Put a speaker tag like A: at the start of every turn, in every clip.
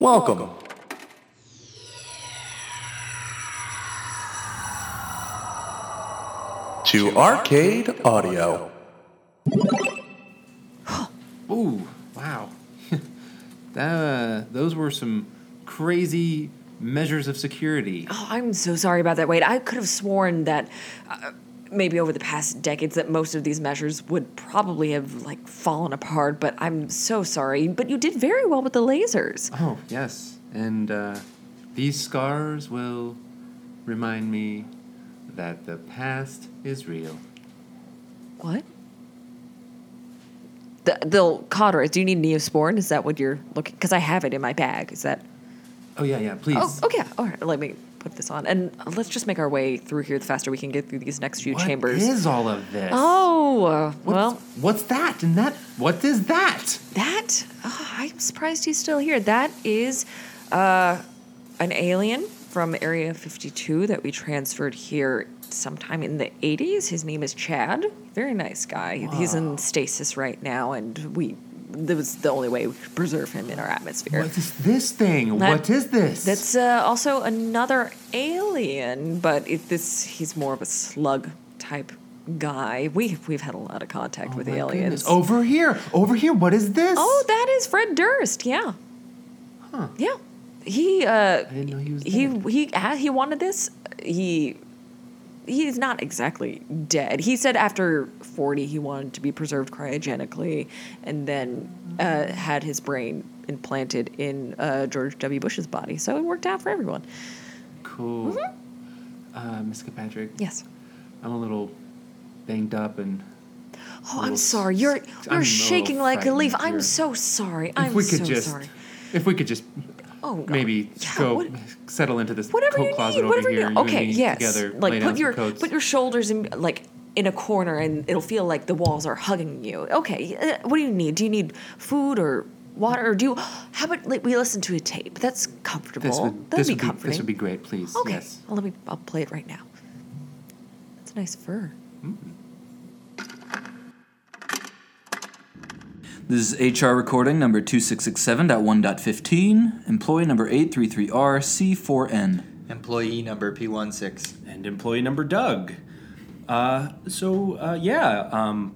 A: Welcome. To Arcade Audio.
B: Ooh, wow. that, uh, those were some crazy measures of security.
C: Oh, I'm so sorry about that, Wade. I could have sworn that uh, maybe over the past decades that most of these measures would probably have like fallen apart, but I'm so sorry. But you did very well with the lasers.
B: Oh, yes. And uh, these scars will remind me that the past is real.
C: What? The, the Codorus, do you need Neosporin? Is that what you're looking? Because I have it in my bag. Is that?
B: Oh, yeah, yeah, please.
C: Oh, okay. All right. Let me put this on, and let's just make our way through here the faster we can get through these next few
B: What
C: chambers.
B: is all of this?
C: oh, uh,
B: What's-
C: well,
B: what's that? And that, what is that?
C: That oh, I'm surprised he's still here. That is uh, an alien from Area 52 that we transferred here sometime in the 80s. His name is Chad. Very nice guy. He's in stasis right now, and we that was the only way we could preserve him in our atmosphere.
B: What is this thing?
C: That-
B: what is this?
C: That's uh, also another alien, but it, this he's more of a slug type guy. We we've had a lot of contact
B: Oh
C: with
B: my
C: aliens.
B: goodness. Over here, over here, what is this?
C: Oh, that is Fred Durst. Yeah.
B: Huh.
C: Yeah. He uh
B: I didn't know he was
C: he
B: dead.
C: he ah, he wanted this. He he's not exactly dead. He said after 40 he wanted to be preserved cryogenically and then uh, had his brain implanted in uh, George W. Bush's body. So it worked out for everyone.
B: Cool.
C: Mm-hmm.
B: Uh, Miss Kilpatrick,
C: Yes.
B: I'm a little banged up and.
C: Oh,
B: Well,
C: I'm sorry. You're
B: I'm a
C: you're
B: little
C: shaking like a leaf.
B: frightened
C: I'm
B: here.
C: so sorry.
B: if
C: I'm
B: we could
C: so
B: just,
C: sorry.
B: if we could just,
C: Oh, God.
B: maybe
C: Yeah,
B: go
C: what-
B: settle into this
C: whatever
B: coat
C: you
B: closet
C: need,
B: over
C: whatever
B: here.
C: you
B: and
C: need. Okay,
B: me
C: yes.
B: Together, lay
C: like
B: down
C: put
B: some
C: your
B: coats.
C: put your shoulders in like in a corner, and it'll feel like the walls are hugging you. Okay, uh, what do you need? Do you need food or water? Or do you, how about like, we listen to a tape? That's comfortable.
B: This would,
C: That'd
B: this
C: be
B: would
C: comforting.
B: This would be great, please.
C: okay.
B: Yes.
C: Well, let me. I'll play it right now. That's a nice fur.
D: This is HR recording number 2667.1.15, employee number 833RC4N.
E: Employee number P16.
F: and employee number Doug. Uh, so uh, yeah, um,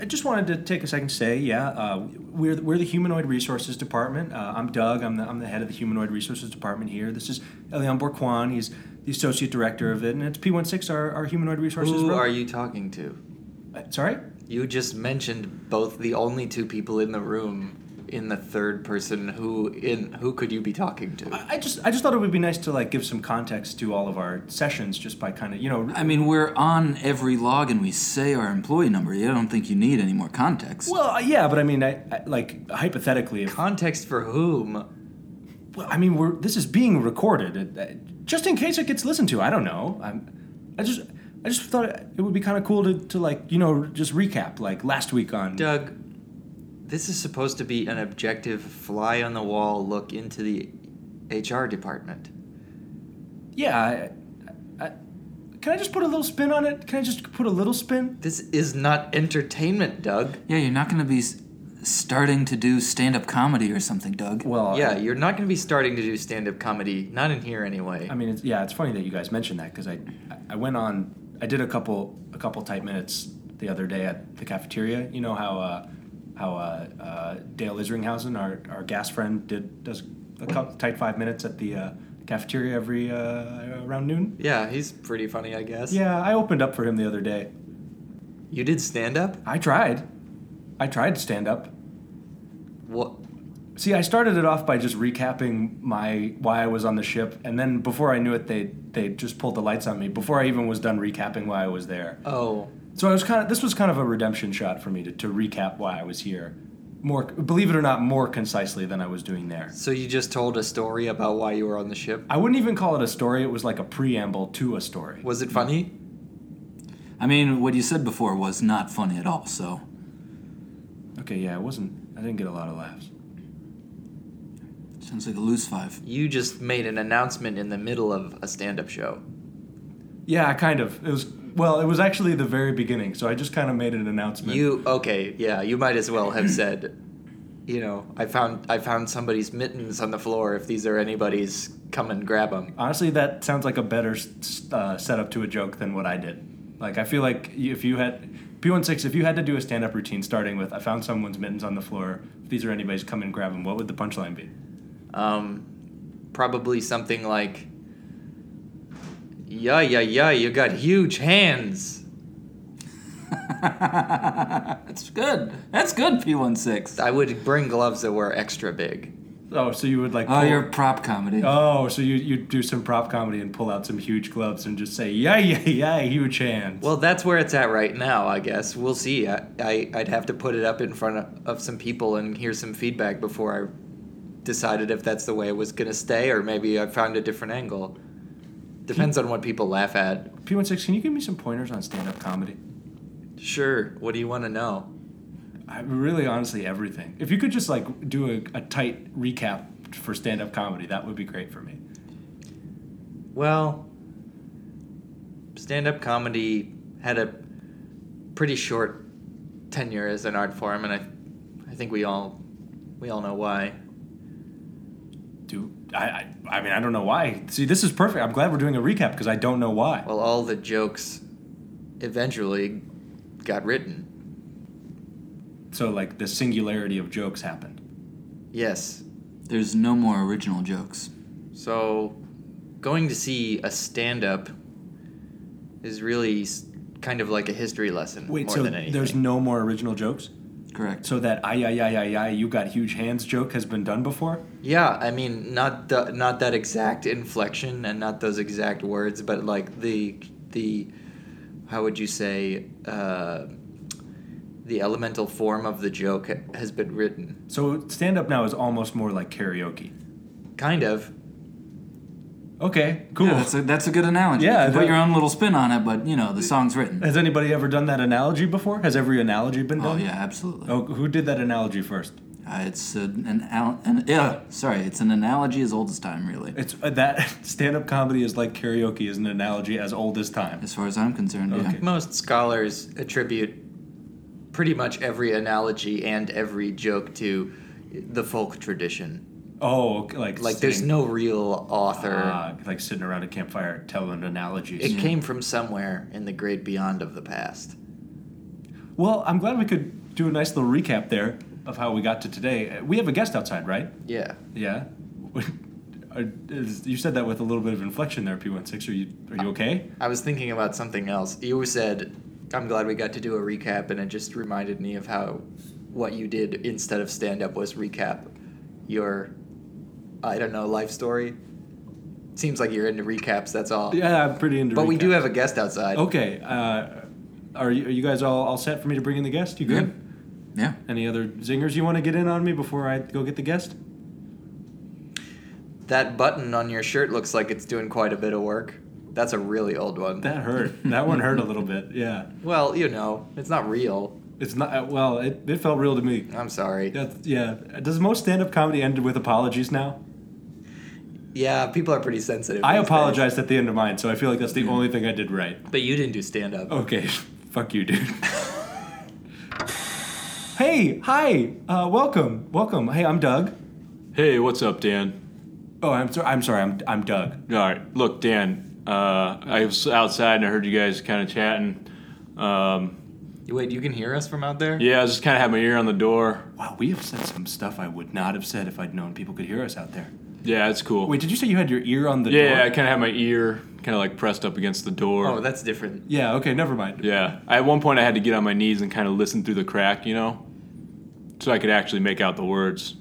F: I just wanted to take a second to say yeah, uh, we're we're the humanoid resources department. Uh, I'm Doug. I'm the I'm the head of the humanoid resources department here. This is Elian Bourquin. He's the associate director of it, and it's P16, our, our humanoid resources.
E: Who
F: rep-
E: are you talking to?
F: Uh, sorry.
E: You just mentioned both the only two people in the room in the third person who in who could you be talking to?
F: I I just I just thought it would be nice to like give some context to all of our sessions just by kind of you know
D: I mean, we're on every log and we say our employee number. I don't think you need any more context.
F: well uh, yeah but I mean I, I like hypothetically if
E: Context for whom?
F: Well, I mean, we're this is being recorded, uh, uh, just in case it gets listened to. I don't know. I'm, I just, I just thought it would be kind of cool to, to like, you know, just recap like last week on.
E: Doug, this is supposed to be an objective fly on the wall look into the HR department.
F: Yeah. I, I, can I just put a little spin on it? Can I just put a little spin?
E: This is not entertainment, Doug.
D: yeah, you're not going to be s- starting to do stand up comedy or something, Doug.
F: Well,
E: Yeah, you're not going to be starting to do stand-up comedy, not in here anyway.
F: I mean, it's, yeah, it's funny that you guys mentioned that because I, I went on, I did a couple, a couple tight minutes the other day at the cafeteria. You know how, uh, how uh, uh, Dale Isringhausen, our, our gas friend, did does a couple, tight five minutes at the uh, cafeteria every uh, around noon.
E: Yeah, he's pretty funny, I guess.
F: Yeah, I opened up for him the other day.
E: You did stand-up?
F: I tried, I tried to stand up.
E: What?
F: See, I started it off by just recapping my why I was on the ship, and then before I knew it, they they just pulled the lights on me before I even was done recapping why I was there.
E: Oh,
F: So I was kind of this was kind of a redemption shot for me to, to recap why I was here, more believe it or not, more concisely than I was doing there.
E: so you just told a story about why you were on the ship?
F: I wouldn't even call it a story. It was like a preamble to a story.
E: Was it funny?
D: I mean, what you said before was not funny at all, so.
F: Okay, yeah, it wasn't. I didn't get a lot of laughs.
D: Sounds like a loose five.
E: You just made an announcement in the middle of a stand up show.
F: Yeah, I kind of. It was well. It was actually the very beginning. So I just kind of made an announcement.
E: You, okay, yeah, you might as well have said, you know, I found I found somebody's mittens on the floor. If these are anybody's, come and grab them.
F: Honestly, that sounds like a better s- uh, setup to a joke than what I did. Like, I feel like if you had P16, if you had to do a stand-up routine starting with "I found someone's mittens on the floor," if these are anybody's, come and grab them. What would the punchline be?
E: Um, probably something like, yeah, yeah, yeah, you got huge hands.
D: That's good. That's good, P16.
E: I would bring gloves that were extra big.
F: Oh, so you would like?
D: Oh,
F: pull-
D: you're prop comedy.
F: Oh, so you you do some prop comedy and pull out some huge gloves and just say yeah yeah yeah huge hands.
E: Well, that's where it's at right now, I guess. We'll see. I, I I'd have to put it up in front of, of some people and hear some feedback before I decided if that's the way it was gonna stay or maybe I found a different angle. Depends on what people laugh at.
F: P16, can you give me some pointers on stand-up comedy?
E: Sure. What do you want to know?
F: I really honestly everything. If you could just like do a, a tight recap for stand-up comedy, that would be great for me.
E: Well, stand up comedy had a pretty short tenure as an art form, and I, I think we all, we all know why.
F: Do I, I? I mean, I don't know why. See, this is perfect. I'm glad we're doing a recap because I don't know why.
E: Well, all the jokes eventually got written.
F: So like the singularity of jokes happened.
E: Yes.
D: There's no more original jokes.
E: So, going to see a stand up is really s- kind of like a history lesson
F: Wait,
E: more
F: so
E: than anything.
F: there's no more original jokes.
D: Correct.
F: So that I I I I I you got huge hands joke has been done before.
E: Yeah, I mean, not the, not that exact inflection and not those exact words, but like the the how would you say uh, the elemental form of the joke has been written,
F: So stand up now is almost more like karaoke.
E: kind of.
F: Okay, cool.
D: Yeah, that's a, that's a good analogy.
F: Yeah,
D: You can put
F: that-
D: your own little spin on it, but you know the song's written.
F: Has anybody ever done that analogy before? Has every analogy been
D: Oh
F: done?
D: yeah, absolutely.
F: Oh, who did that analogy first?
D: Uh, it's an, an, al- an yeah, sorry, it's an analogy as old as time, really.
F: It's uh, that stand-up comedy is like karaoke is an analogy as old as time.
D: As far as I'm concerned,
F: Okay.
E: Most scholars attribute pretty much every analogy and every joke to the folk tradition.
F: Oh, okay, like
E: Like, there's
F: sitting-
E: no real author.
F: Ah, like sitting around a campfire telling analogies.
E: it came from somewhere in the great beyond of the past.
F: well, I'm glad we could do a nice little recap there of how we got to today. Uh, We have a guest outside, right?
E: Yeah.
F: Yeah. Are- is- you said that with a little bit of inflection there, P16. Are you are you okay?
E: I was thinking about something else. You said, "I'm glad we got to do a recap," and it just reminded me of how what you did instead of stand up was recap your, I don't know, life story. Seems like you're into recaps. That's all.
F: Yeah, I'm pretty into.
E: Uh, But we do
F: recap.
E: have a guest outside.
F: Okay. Uh, are you are you guys all, all set for me to bring in the guest? You
D: yeah.
F: good?
D: Yeah.
F: Any other zingers you want to get in on me before I go get the guest?
E: That button on your shirt looks like it's doing quite a bit of work. That's a really old one.
F: That hurt. that one hurt a little bit. Yeah.
E: well, you know, it's not real.
F: It's not uh, well. It, it felt real to me.
E: I'm sorry.
F: That's, yeah. Does most stand-up comedy end with apologies now?
E: Yeah, people are pretty sensitive.
F: I
E: these days.
F: apologized at the end of mine, so I feel like that's the only thing I did right.
E: But you didn't do stand up.
F: Okay, fuck you, dude. hey, hi, uh, welcome, welcome. Hey, I'm Doug.
G: Hey, what's up, Dan?
F: Oh, I'm sorry. I'm sorry. I'm I'm Doug.
G: All right, look, Dan. Uh, I was outside and I heard you guys kind of chatting. Um,
E: Wait, you can hear us from out there?
G: yeah, I was just kind of had my ear on the door.
F: Wow, we have said some stuff I would not have said if I'd known people could hear us out there. Oh,
G: Yeah, it's cool.
F: Wait, did you say you had your ear on the
G: yeah,
F: door?
G: I kind of had my ear kind of like pressed up against the door.
E: Oh, that's different.
F: Yeah. Okay. Never mind.
G: yeah. At one point, I had to get on my knees and kind of listen through the crack, you know, so I could actually make out the words.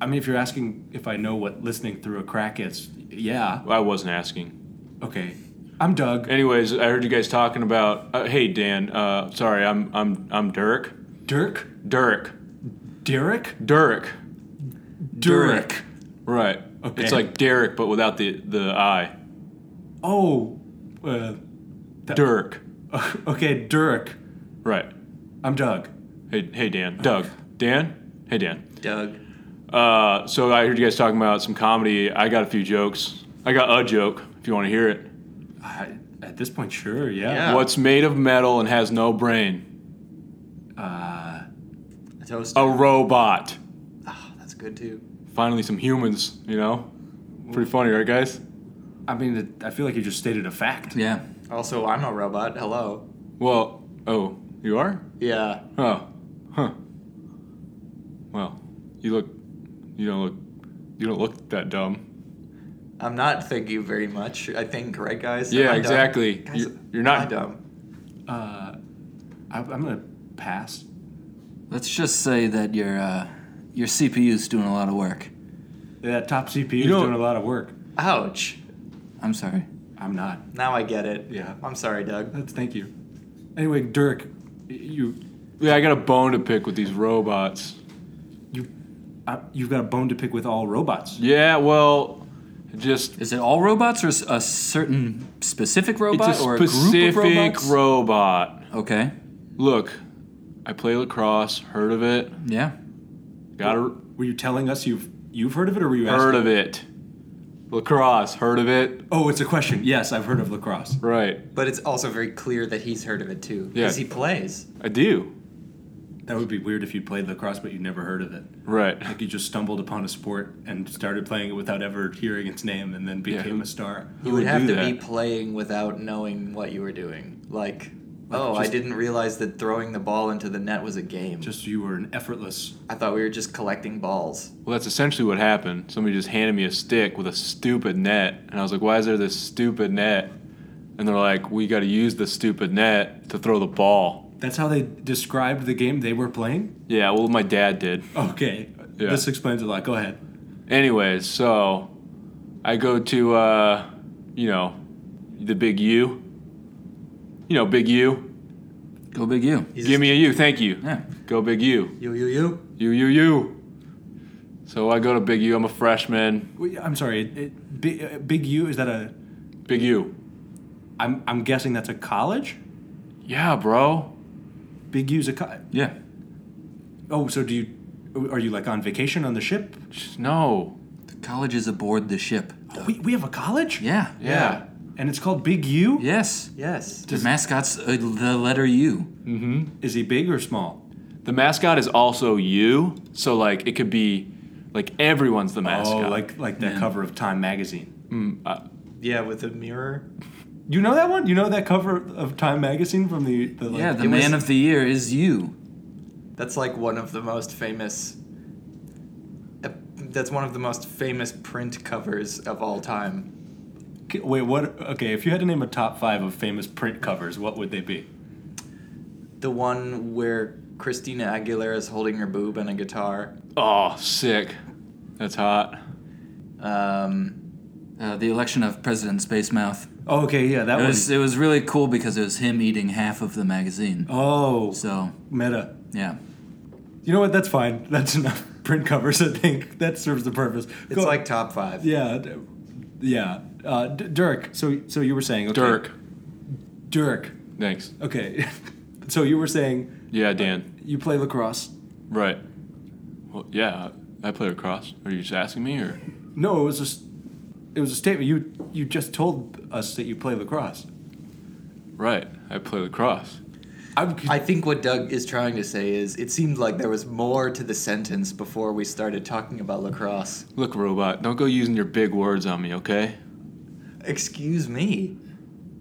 F: I mean, if you're asking if I know what listening through a crack is, yeah.
G: I wasn't asking.
F: Okay. I'm Doug.
G: Anyways, I heard you guys talking about. Uh, hey, Dan. Uh, sorry, I'm I'm I'm Dirk.
F: Dirk.
G: Dirk.
F: Derek.
G: Dirk.
F: Dirk.
G: Right.
F: Okay.
G: It's like Derek, but without the the I.
F: Oh. Uh,
G: Dirk.
F: okay, Dirk.
G: Right.
F: I'm Doug.
G: Hey, hey, Dan. Doug. Dan. Hey, Dan.
E: Doug.
G: Uh, so I heard you guys talking about some comedy. I got a few jokes. I got a joke if you want to hear it.
F: I, at this point, sure. Yeah.
E: Yeah.
G: What's made of metal and has no brain?
F: Uh,
E: Toast.
G: Oh.
E: Ah,
G: A robot.
E: good too.
G: Finally, some humans, you know? Pretty funny, right, guys?
F: I mean, it, I feel like you just stated a fact.
D: Yeah.
E: Also, I'm a robot. Hello.
G: Well, oh, you are?
E: Yeah.
G: Oh, huh. Well, you look, you don't look, you don't look that dumb.
E: I'm not. Thank you very much. I think, right, guys? Am I
G: yeah,
E: dumb?
G: exactly.
E: Guys,
G: You're, you're
E: am I
G: not.
E: dumb.
F: Uh, I, I'm gonna pass.
D: Let's just say that your uh, your CPU's doing a lot of work.
F: That top CPU is
G: know-
F: doing a lot of work.
E: Ouch.
D: I'm sorry.
F: I'm not.
E: Now I get it.
F: Yeah.
E: I'm sorry, Doug.
F: That's, thank you. Anyway, Dirk, you
G: Yeah, I got a bone to pick with these robots.
F: you uh, you've got a bone to pick with all robots.
G: Yeah, well, just
D: Is it all robots or s- a certain specific robot
G: it's a
D: or a
G: specific
D: group of robots?
G: robot.
D: okay.
G: Look, I play lacrosse. Heard of it?
D: Yeah.
G: Got a,
F: Were you telling us you've you've heard of it, or were you
G: heard
F: asking?
G: of it. Lacrosse. Heard of it?
F: Oh, it's a question. Yes, I've heard of lacrosse.
G: Right.
E: But it's also very clear that he's heard of it too.
G: Yeah.
E: Because he plays.
G: I do.
F: That would be weird if you played lacrosse but you never heard of it.
G: Right.
F: Like you just stumbled upon a sport and started playing it without ever hearing its name, and then
G: Yeah,
F: became
G: who-
F: a star.
G: Who
E: you would,
G: would
E: have
G: do
E: to be
G: that?
E: playing without knowing what you were doing. Like, oh, I
F: just-
E: didn't realize that throwing the ball into the net was a game.
F: Just you were an effortless.
E: I thought we were just collecting balls.
G: Well, that's essentially what happened. Somebody just handed me a stick with a stupid net, and I was like, "Why is there this stupid net?" And they're like, "We got to use the stupid net to throw the ball."
F: That's how they described the game they were playing.
G: Yeah, well, my dad did.
F: Okay,
G: Yeah.
F: this explains a lot. Go ahead.
G: Anyways, so I go to, uh, you know, the big U. You know, big U.
D: Go big you.
E: He's
G: Give me a U. Thank you.
D: Yeah.
G: Go big U.
E: You, you, you.
G: U U U. So I go to big U. I'm a freshman.
F: Wait, I'm sorry. It, it, big, uh, big U is that a?
G: Big U.
F: I'm I'm guessing that's a college.
G: Yeah, bro.
F: Big U's a. Co-
D: Yeah.
F: oh, so do you? Are you like on vacation on the ship?
G: No.
D: The college is aboard the ship.
F: We, we have a college.
D: Yeah.
G: yeah.
F: And it's called Big U.
D: Yes.
E: Yes.
D: The mascot's uh, the letter U.
F: Is he big or small?
G: The mascot is also you, so like it could be like everyone's the mascot.
F: Oh, like like that cover of Time magazine.
E: Yeah, with a mirror.
F: You know that one? You know that cover of Time magazine from the, the like,
D: Yeah. The
E: It was-
D: man of the year is you.
E: That's like one of the most famous. ep- That's one of the most famous print covers of all time.
F: K- Wait, what? Okay, if you had to name a top five of famous print covers, what would they be?
E: The one where Christina Aguilera is holding her boob and a guitar.
G: oh, sick. That's hot.
E: Um,
D: Uh, the election of President Spacemouth.
F: Oh, okay, yeah, that
D: It
F: was.
D: was uh, it was really cool because it was him eating half of the magazine.
F: Oh,
D: So
F: meta.
D: yeah.
F: You know what? That's fine. That's enough print covers. I think that serves the purpose.
E: it's like top five.
F: yeah, d- yeah. Uh, D- Dirk. So so you were saying okay,
G: Dirk.
F: Dirk.
G: Thanks.
F: Okay. so you were saying
G: Yeah, Dan.
F: you play lacrosse.
G: Right. Well, yeah, I play lacrosse. Are you just asking me or?
F: No, it was just it was a statement. You you just told us that you play lacrosse.
G: Right. I play lacrosse.
F: I'm,
E: I think what Doug is trying to say is it seemed like there was more to the sentence before we started talking about lacrosse.
G: Look, robot, don't go using your big words on me, okay?
E: Excuse me.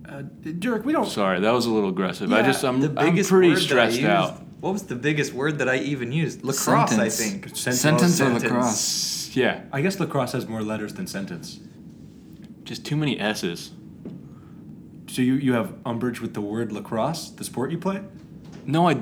F: uh, Dirk. We don't.
G: Sorry, that was a little aggressive. I
F: Yeah,
G: just I'm,
E: the
G: I'm
E: biggest
G: pretty
E: word
G: stressed
E: that I
G: out.
E: used, What was the biggest word that I even used? Lacrosse,
D: Sentence.
E: I think.
D: Sentence or
E: sentence.
D: lacrosse?
G: S- Yeah,
F: I guess lacrosse has more letters than sentence.
G: just too many S's.
F: So you you have umbrage with the word lacrosse, the sport you play.
G: No, I.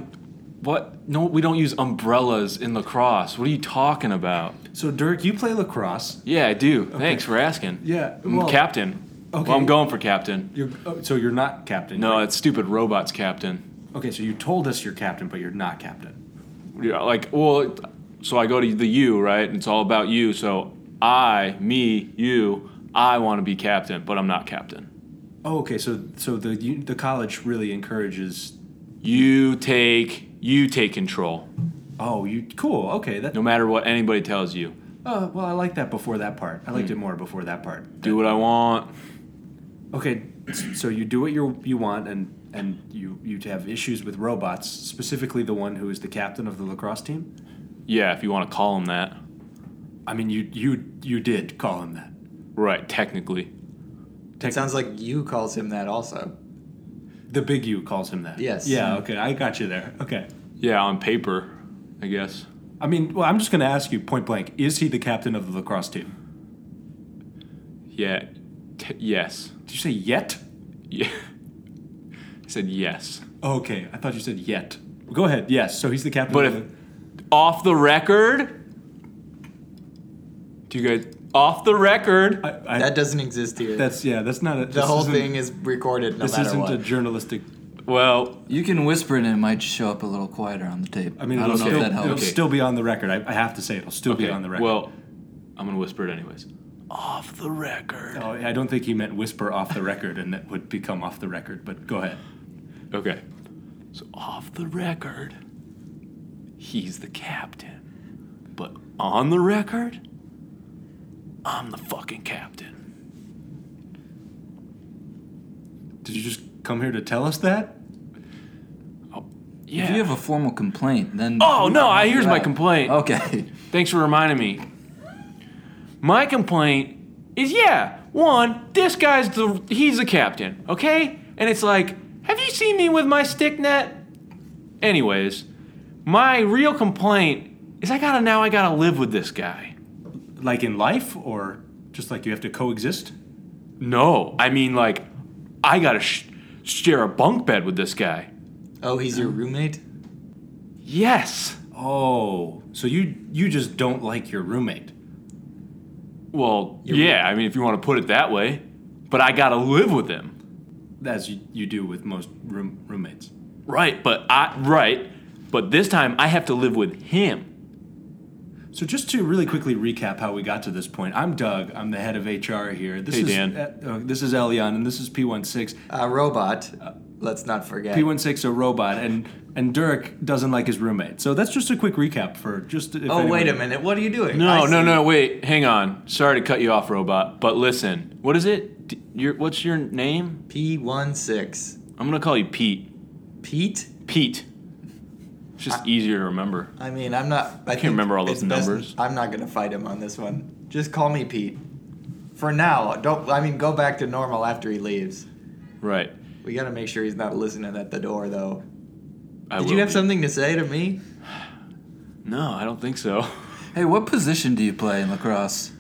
G: What? No, we don't use umbrellas in lacrosse. What are you talking about?
F: So Dirk, you play lacrosse.
G: Yeah, I do. Thanks for asking.
F: Yeah,
G: I'm
F: well-
G: captain.
F: Okay.
G: Well, I'm going for captain.
F: You're, oh, so you're not captain.
G: No, that stupid robot's captain.
F: Okay, so you told us you're captain, but you're not captain.
G: Yeah, like, well, so I go to the you, right? And it's all about you. So I, me, you, I want to be captain, but I'm not captain.
F: Oh, okay, so so the you, the college really encourages.
G: You take, you take control,
F: Oh, you cool. Okay, that.
G: no matter what anybody tells you.
F: Uh, well, I like that before that part. I
G: Hmm.
F: liked it more before that part.
G: Do what I want.
F: Okay, so you do what you you want, and and you you have issues with robots, specifically the one who is the captain of the lacrosse team.
G: Yeah, if you want to call him that.
F: I mean, you you you did call him that.
G: Right, technically.
E: It sounds like you calls him that also.
F: The big U calls him that.
E: Yes.
F: Yeah. Okay. I got you there. Okay.
G: Yeah, on paper, I guess.
F: I mean, well, I'm just going to ask you point blank: Is he the captain of the lacrosse team?
G: Yeah. T- yes.
F: Did you say yet?
G: Yeah. I said yes.
F: Okay. I thought you said yet. Go ahead. Yes. So he's the captain.
G: But
F: of
G: if
F: the,
G: off the record, do you guys off the record?
F: I, I,
E: That doesn't exist here.
F: that's yeah. That's not a,
E: the whole thing is recorded no
F: This
E: matter
F: isn't
E: what.
F: a journalistic.
G: Well,
D: You can whisper and it might show up a little quieter on the tape.
F: I mean,
D: I
F: it'll,
D: don't know
F: still,
D: if that
F: it'll
D: helps.
F: still be on the record. I, I have to say, it'll still
G: okay.
F: be on the record.
G: Well, I'm gonna whisper it anyways. Off the record.
F: No, I don't think he meant whisper off the record, and that would become off the record. But go ahead.
G: Okay. So off the record, he's the captain. But on the record, I'm the fucking captain.
F: Did you just come here to tell us that?
G: Yeah.
D: If you have a formal complaint, then
G: Oh, no, I-
D: Yeah.
G: here's my complaint.
D: Okay,
G: Thanks for reminding me. My complaint is yeah, one, this guy's the he's the captain, okay? And it's like, have you seen me with my stick net? Anyways, my real complaint is I gotta now I gotta live with this guy.
F: Like in life, or just like you have to coexist?
G: No, I mean like I gotta sh- share a bunk bed with this guy.
E: oh, he's your roommate?
G: Yes.
F: Oh, so you you just don't like your roommate?
G: Well, yeah, I mean if you want to put it that way, but I gotta live with him.
F: As you, you do with most room, roommates.
G: Right, but I right, but this time I have to live with him.
F: So just to really quickly recap how we got to this point, I'm Doug. I'm the head of HR here. This
G: Hey,
F: is
G: Dan.
F: uh, uh, this is Elion, and this is P16.
E: A robot. Let's not forget.
F: P16 a robot, and and Durek doesn't like his roommate. So that's just a quick recap for just. If
E: oh, wait a
F: anyone-
E: minute. What are you doing?
G: No,
E: I
G: no,
E: see.
G: no, wait, hang on. Sorry to cut you off, robot. But listen, what is it? D- your what's your name?
E: P16.
G: I'm gonna call you Pete.
E: Pete?
G: Pete. It's just easier to remember.
E: I mean, I'm not. I, think
G: remember all
E: it's
G: those
E: best-
G: numbers.
E: I'm not gonna fight him on this one. Just call me Pete. For now, don't. I mean, go back to normal after he leaves.
G: Right.
E: We gotta make sure he's not listening at the door, though.
G: I
E: Did
G: will
E: you have
G: be.
E: something to say to me?
G: No, I don't think so.
D: hey, what position do you play in lacrosse?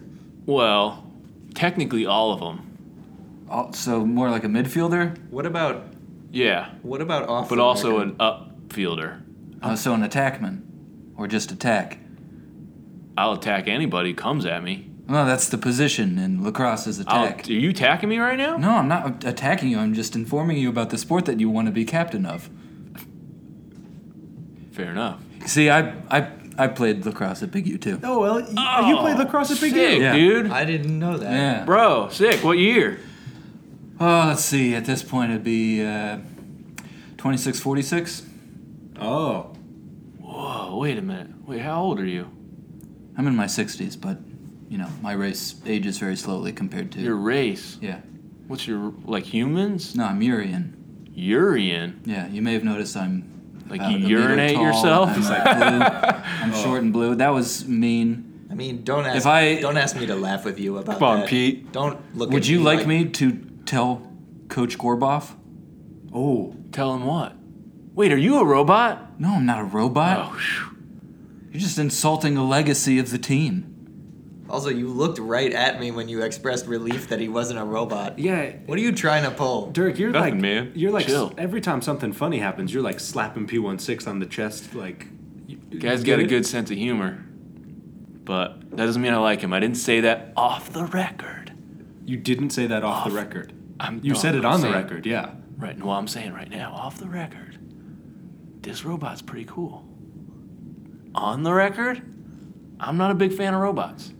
G: Well, technically all of them.
D: Oh, so more like a midfielder,
E: What about
G: Yeah,
E: what about off?
G: but
E: the
G: also
E: record?
G: an upfielder.
D: uh, so an attackman, or just attack?
G: I'll attack anybody who comes at me.
D: No, that's the position in lacrosse is
G: I'll,
D: attack.
G: are you attacking me right now?
D: no, I'm not attacking you. I'm just informing you about the sport that you want to be captain of.
G: Fair enough.
D: See, I I I played lacrosse at Big U too.
F: Oh well, you, you played lacrosse at Big
G: Sick,
F: U.
D: Yeah.
G: dude.
E: I didn't know that.
D: Yeah.
G: Bro, sick. What year?
D: Oh, let's see. At this point, it'd be uh, 26, 46.
F: Oh,
G: Whoa, wait a minute. Wait, how old are you?
D: I'm in my 60s, but you know, my race ages very slowly compared to
G: Your race.
D: yeah.
G: What's your like humans?
D: No, I'm Urian.
G: Urian.
D: Yeah, you may have noticed I'm
G: Like
D: about
G: you
D: a meter
G: urinate
D: tall,
G: yourself?
D: I'm, like, blue. I'm short and blue. That was mean.
E: I mean, don't ask.
D: If I-
E: don't ask me to laugh with you about
G: Come on,
E: that.
G: Pete.
E: Don't look.
D: Would
E: at
D: you
E: me
D: like, me to tell Coach Gorboff?
F: oh,
G: Tell him what? Wait, are you a robot?
D: No, I'm not a robot.
G: Oh, phew.
D: You're just insulting the legacy of the team.
E: Also, you looked right at me when you expressed relief that he wasn't a robot.
F: yeah.
E: What are you trying to pull?
F: Dirk, you're
G: Nothing,
F: like
G: man.
F: You're like
G: Chill.
F: every time something funny happens, you're like slapping P16 on the chest. Like,
G: Guy's
F: get
G: got a
F: it?
G: good sense of humor. But that doesn't mean I like him. I didn't say that off the record.
F: you didn't say that off, the record.
G: I'm-
F: you
G: no,
F: said it
G: I'm
F: on
G: saying-
F: the record. Yeah.
G: Right, no, I'm saying right now, off the record, this robot's pretty cool. On the record, I'm not a big fan of robots.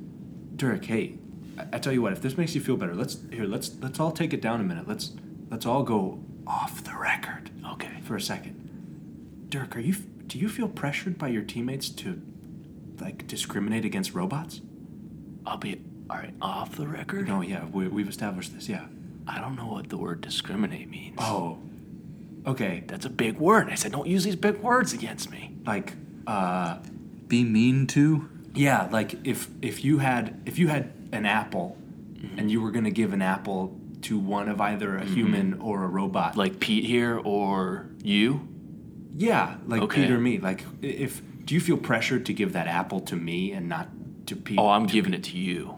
F: Dirk, hey, I, I tell you what, if this makes you feel better, let's here, let's let's all take it down a minute. Let's let's all go off the record
G: Okay.
F: for a second. Dirk, are you f- do you feel pressured by your teammates to like discriminate against robots?
G: I'll be all right. Off the record,
F: No, yeah, we, we've established this. Yeah.
G: I don't know what the word discriminate means.
F: Oh, okay.
G: That's a big word. I said, don't use these big words against me.
F: Like, uh,
D: Be mean to?
F: yeah, like if if you had if you had an apple,
G: Mm-hmm.
F: and you were gonna give an apple to one of either a human or a robot,
G: Like Pete here or you?
F: yeah, like
G: Okay.
F: Peter me, like i- if do you feel pressured to give that apple to me and not to Pete?
G: Oh, I'm giving it to you.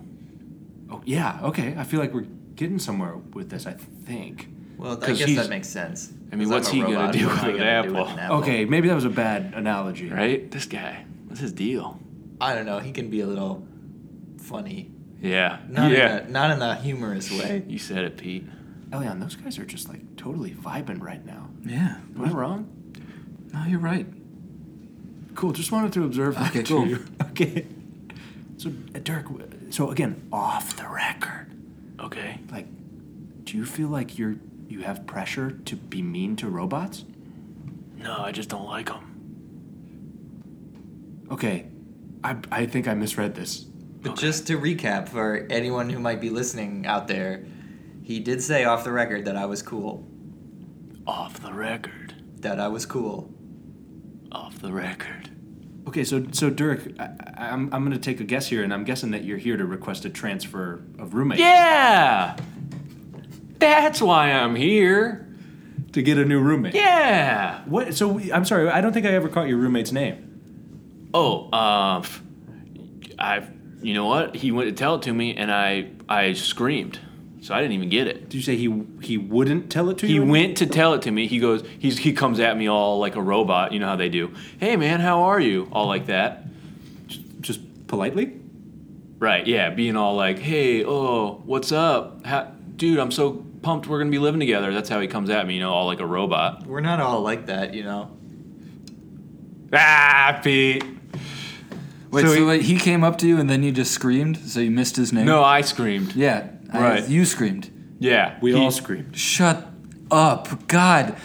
F: Oh, yeah, okay. I feel like we're getting somewhere with this. I think.
E: Well, I
G: 'Cause
E: guess
G: he's-
E: that makes sense.
G: I mean,
E: 'Cause
G: what's
E: I'm
G: he
E: a
G: gonna
E: robot.
G: do
E: What am I
G: with an
E: gonna do with
G: apple?
E: an apple?
F: Okay, maybe that was a bad analogy.
G: Right? This guy. What's his deal?
E: I don't know. He can be a little funny.
G: Yeah.
E: Not
G: yeah.
E: In a, not in a humorous way.
G: You said it, Pete.
F: Elion, those guys are just like totally vibing right now.
D: Yeah.
F: Am I wrong?
D: No, you're right.
F: Cool. Just wanted to observe. that
D: Okay,
F: to
D: cool.
F: you. Okay. So, uh, Dirk. So again, off the record.
G: Okay.
F: Like, do you feel like you're you have pressure to be mean to robots?
G: No, I just don't like him.
F: Okay. I I think I misread this.
E: But just to recap for anyone who might be listening out there, he did say off the record that I was cool.
G: Off the record.
E: That I was cool.
G: Off the record.
F: Okay, so so Dirk, I, I- I'm I'm gonna take a guess here, and I'm guessing that you're here to request a transfer of roommate.
G: Yeah! That's why I'm here.
F: To get a new roommate.
G: Yeah!
F: What? So we- I'm sorry. I don't think I ever caught your roommate's name.
G: Oh, uh, I, you know what? He went to tell it to me, and I, I screamed, so I didn't even get it.
F: Did you say he he wouldn't tell it to
G: He
F: you?
G: went to tell it to me. He goes, he's he comes at me all like a robot. You know how they do. Hey man, how are you? All like that.
F: just politely.
G: Right? Yeah, being all like, hey, oh, what's up, how, dude? I'm so pumped we're gonna be living together. That's how he comes at me. You know, all like a robot.
E: We're not all like that, you know.
G: Ah, Pete.
D: Wait,
G: So
D: so,
G: he-
D: wait, he came up to you and then you just screamed, so you missed his name.
G: No, I screamed.
D: Yeah. I-
G: Right.
D: you screamed.
G: Yeah,
F: We
G: he-
F: all screamed.
D: Shut up, God,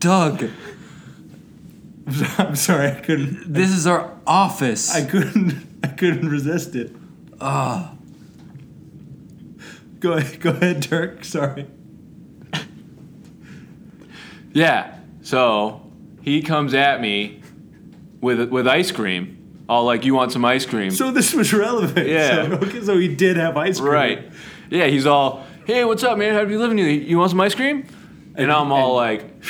D: Doug.
F: I'm sorry. I couldn't.
D: This is our office.
F: couldn't. I couldn't resist it. Ah. Go ahead. Go ahead, Dirk. Sorry.
G: Yeah. So he comes at me with with ice cream, all like, "You want some ice cream?"
F: So this was relevant.
G: Yeah.
F: So, okay, so he did have ice cream.
G: right. Yeah. He's all, "Hey, what's up, man? How you living? You you want some ice cream?" And I'm all like,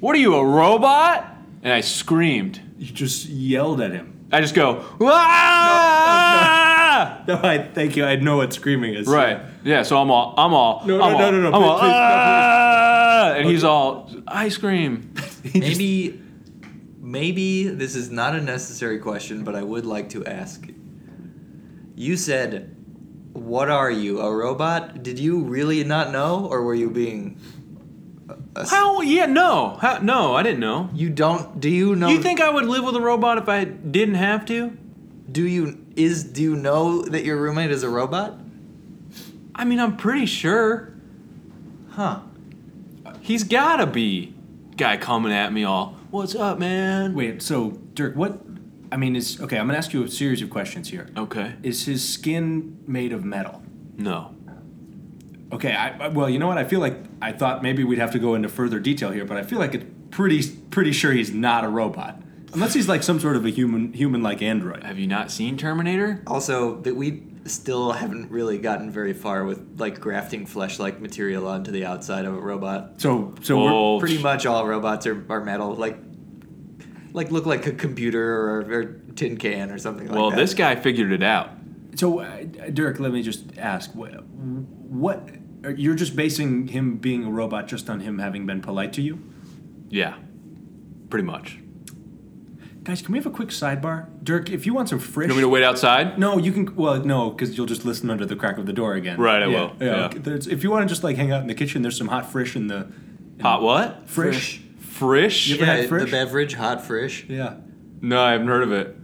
G: "What are you, a robot?" And I screamed.
F: You just yelled at him.
G: I just go, "Ah!"
F: No, I thank you. I know what screaming is.
G: Right. Yeah. So I'm all, I'm all,
F: No, no,
G: I'm
F: no,
G: all-
F: no, no,
G: I'm
F: please,
G: all,
F: please, no, please.
G: "Ah!" and he's all, "Ice cream."
E: Maybe maybe this is not a necessary question, but I would like to ask. You said what are you, a robot? Did you really not know, or were you being?
G: How? Yeah. No. How, no. I didn't know.
E: You don't? Do you know?
G: You think I would live with a robot if I didn't have to?
E: Do you is do you know that your roommate is a robot?
G: I mean, I'm pretty sure
E: Huh?
G: he's gotta be. Guy coming at me all, what's up, man?
F: Wait. So Dirk, what? I mean, is okay. I'm gonna ask you a series of questions here.
G: Okay.
F: Is his skin made of metal?
G: No.
F: Okay. I, I- well, you know what? I feel like I thought maybe we'd have to go into further detail here, but I feel like it's pretty pretty sure he's not a robot, unless he's like some sort of a human human like android.
G: Have you not seen Terminator?
E: Also, that we still haven't really gotten very far with like grafting flesh-like material onto the outside of a robot.
F: So so
G: Whoa.
E: Pretty much all robots are, are metal, like like look like a computer or, or tin can or something like
G: well,
E: that.
G: this guy figured it out.
F: we're so uh, Dirk. Let me just ask what what. are- You're just basing him being a robot just on him having been polite to you?
G: Yeah. Pretty much.
F: Guys, can we have a quick sidebar? Dirk, if you want some fresh.
G: You want me to wait outside?
F: No, you can. Well, no, because you'll just listen under the crack of the door again.
G: Right, I
F: Yeah,
G: will,
F: Yeah.
G: yeah.
F: okay, there's- if you want to just like hang out in the kitchen, there's some hot frish in the
G: Hot what?
F: frish.
G: Frish?
F: Yep.
E: yeah,
F: had
E: the
F: frish?
E: beverage hot frish.
F: Yeah.
G: No, I haven't heard of it.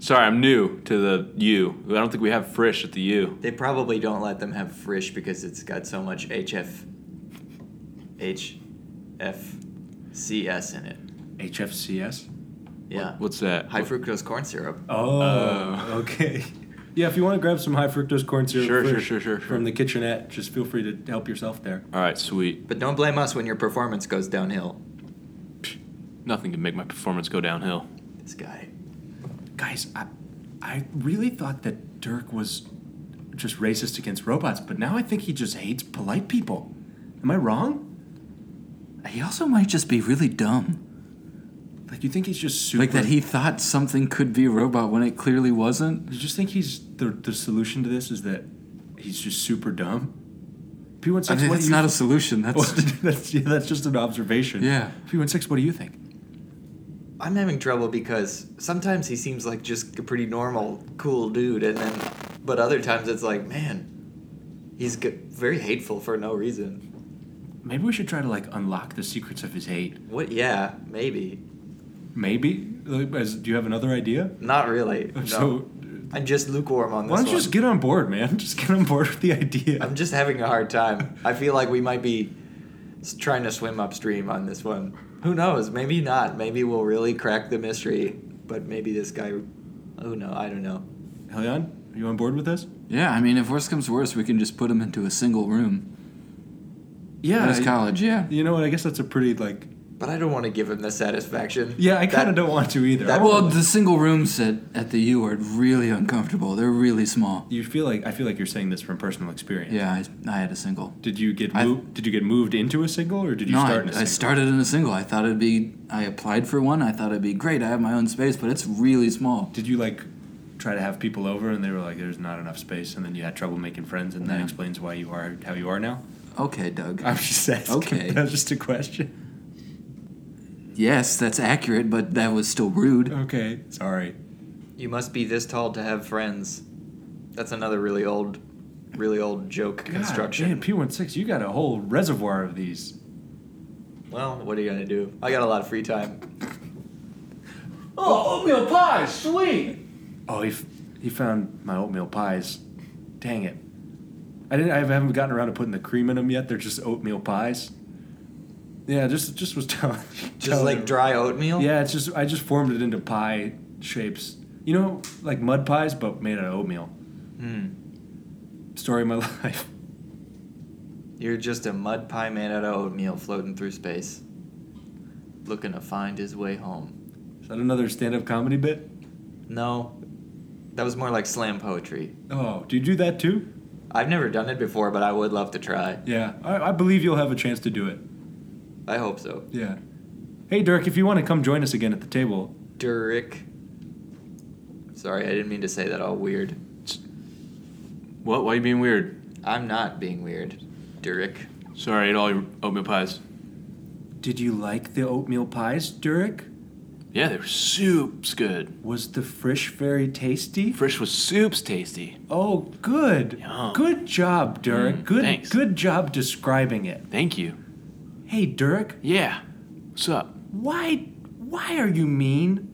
G: Sorry, I'm new to the U. I don't think we have Frish at the U.
E: They probably don't let them have frish because it's got so much HF HFCS in it.
F: HFCS.
E: Yeah.
G: What's that?
E: High fructose corn syrup.
F: Oh. Okay. Yeah, if you want to grab some high fructose corn syrup
G: Sure, sure,
F: frish
G: sure, sure, sure.
F: from the kitchenette, just feel free to help yourself there.
G: All right, sweet.
E: But don't blame us when your performance goes downhill.
G: Nothing can make my performance go downhill.
E: This guy.
F: Guys, I, I really thought that Dirk was just racist against robots, but now I think he just hates polite people. Am I wrong?
D: He also might just be really dumb.
F: Like you think he's just super
D: Like that he thought something could be a robot when it clearly wasn't.
F: You just think he's the the solution to this is that he's just super dumb. P one
D: I
F: six.
D: mean, that's not a solution. That's
F: that's yeah, that's just an observation.
D: Yeah.
F: P one six. What do you think?
E: I'm having trouble because sometimes he seems like just a pretty normal, cool dude, and then, but other times it's like, man, he's g- very hateful for no reason.
F: Maybe we should try to like unlock the secrets of his hate.
E: What? Yeah, maybe.
F: Maybe. Like, as- do you have another idea?
E: Not really. No.
F: So
E: I'm just lukewarm on this.
F: why don't you
E: one.
F: just get on board, man? Just get on board with the idea.
E: I'm just having a hard time. I feel like we might be s- trying to swim upstream on this one. Who knows? Maybe not. Maybe we'll really crack the mystery. But maybe this guy. Oh no, I don't know.
F: Helion, are you on board with this?
D: yeah. I mean, if worse comes worse, we can just put him into a single room.
F: Yeah.
D: At his college. Yeah.
F: You know what? I guess that's a pretty like.
E: But I don't want to give him the satisfaction.
F: Yeah, I kind
E: That-
F: of don't want to either.
E: that-
F: I
D: Well,
F: wanna-
D: the single rooms at at the U are really uncomfortable. They're really small.
F: you feel like I feel like you're saying this from personal experience.
D: Yeah, I, I had a single.
F: Did you get
D: I-
F: moved? Did you get moved into a single, or did you
D: no,
F: start
D: I,
F: in a
D: I
F: single?
D: started in a single. I thought it'd be. I applied for one. I thought it'd be great. I have my own space, but it's really small.
F: Did you like try to have people over, and they were like, "There's not enough space," and then you had trouble making friends, and that
D: Yeah.
F: explains why you are how you are now?
D: Okay, Doug.
F: I'm just asking.
D: Okay.
F: That's just a question.
D: yes, that's accurate, but that was still rude.
F: Okay. Sorry.
E: You must be this tall to have friends. That's another really old, really old joke construction.
F: Man, P16, you got a whole reservoir of these.
E: Well, what are you gonna do? I got a lot of free time.
G: Oh, oatmeal pie, sweet.
F: Oh, he, f- he found my oatmeal pies. Dang it. I didn't. I haven't gotten around to putting the cream in them yet. They're just oatmeal pies. Yeah, just just was telling.
E: Just
F: telling
E: like
F: him.
E: dry oatmeal.
F: Yeah, it's just I just formed it into pie shapes. You know, like mud pies, but made out of oatmeal.
E: Hmm.
F: Story of my life.
E: You're just a mud pie man out of oatmeal floating through space, looking to find his way home.
F: Is that another stand-up comedy bit?
E: No, that was more like slam poetry.
F: Oh, do you do that too?
E: I've never done it before, but I would love to try.
F: Yeah, I, I believe you'll have a chance to do it.
E: I hope so.
F: Yeah. Hey, Dirk, if you want to come join us again at the table,
E: Durick. Sorry, I didn't mean to say that all weird.
G: What? Why are you being weird?
E: I'm not being weird. Durick.
G: Sorry, I ate all your oatmeal pies.
F: did you like the oatmeal pies, Dirk?
G: Yeah, they were soups good.
F: Was the frish very tasty?
G: Frish was soups tasty.
F: Oh, good.
G: Yum.
F: Good job, Dirk.
G: Mm,
F: good
G: thanks.
F: good job describing it.
G: Thank you.
F: Hey, Dirk,
G: Yeah. What's up?
F: why why are you mean?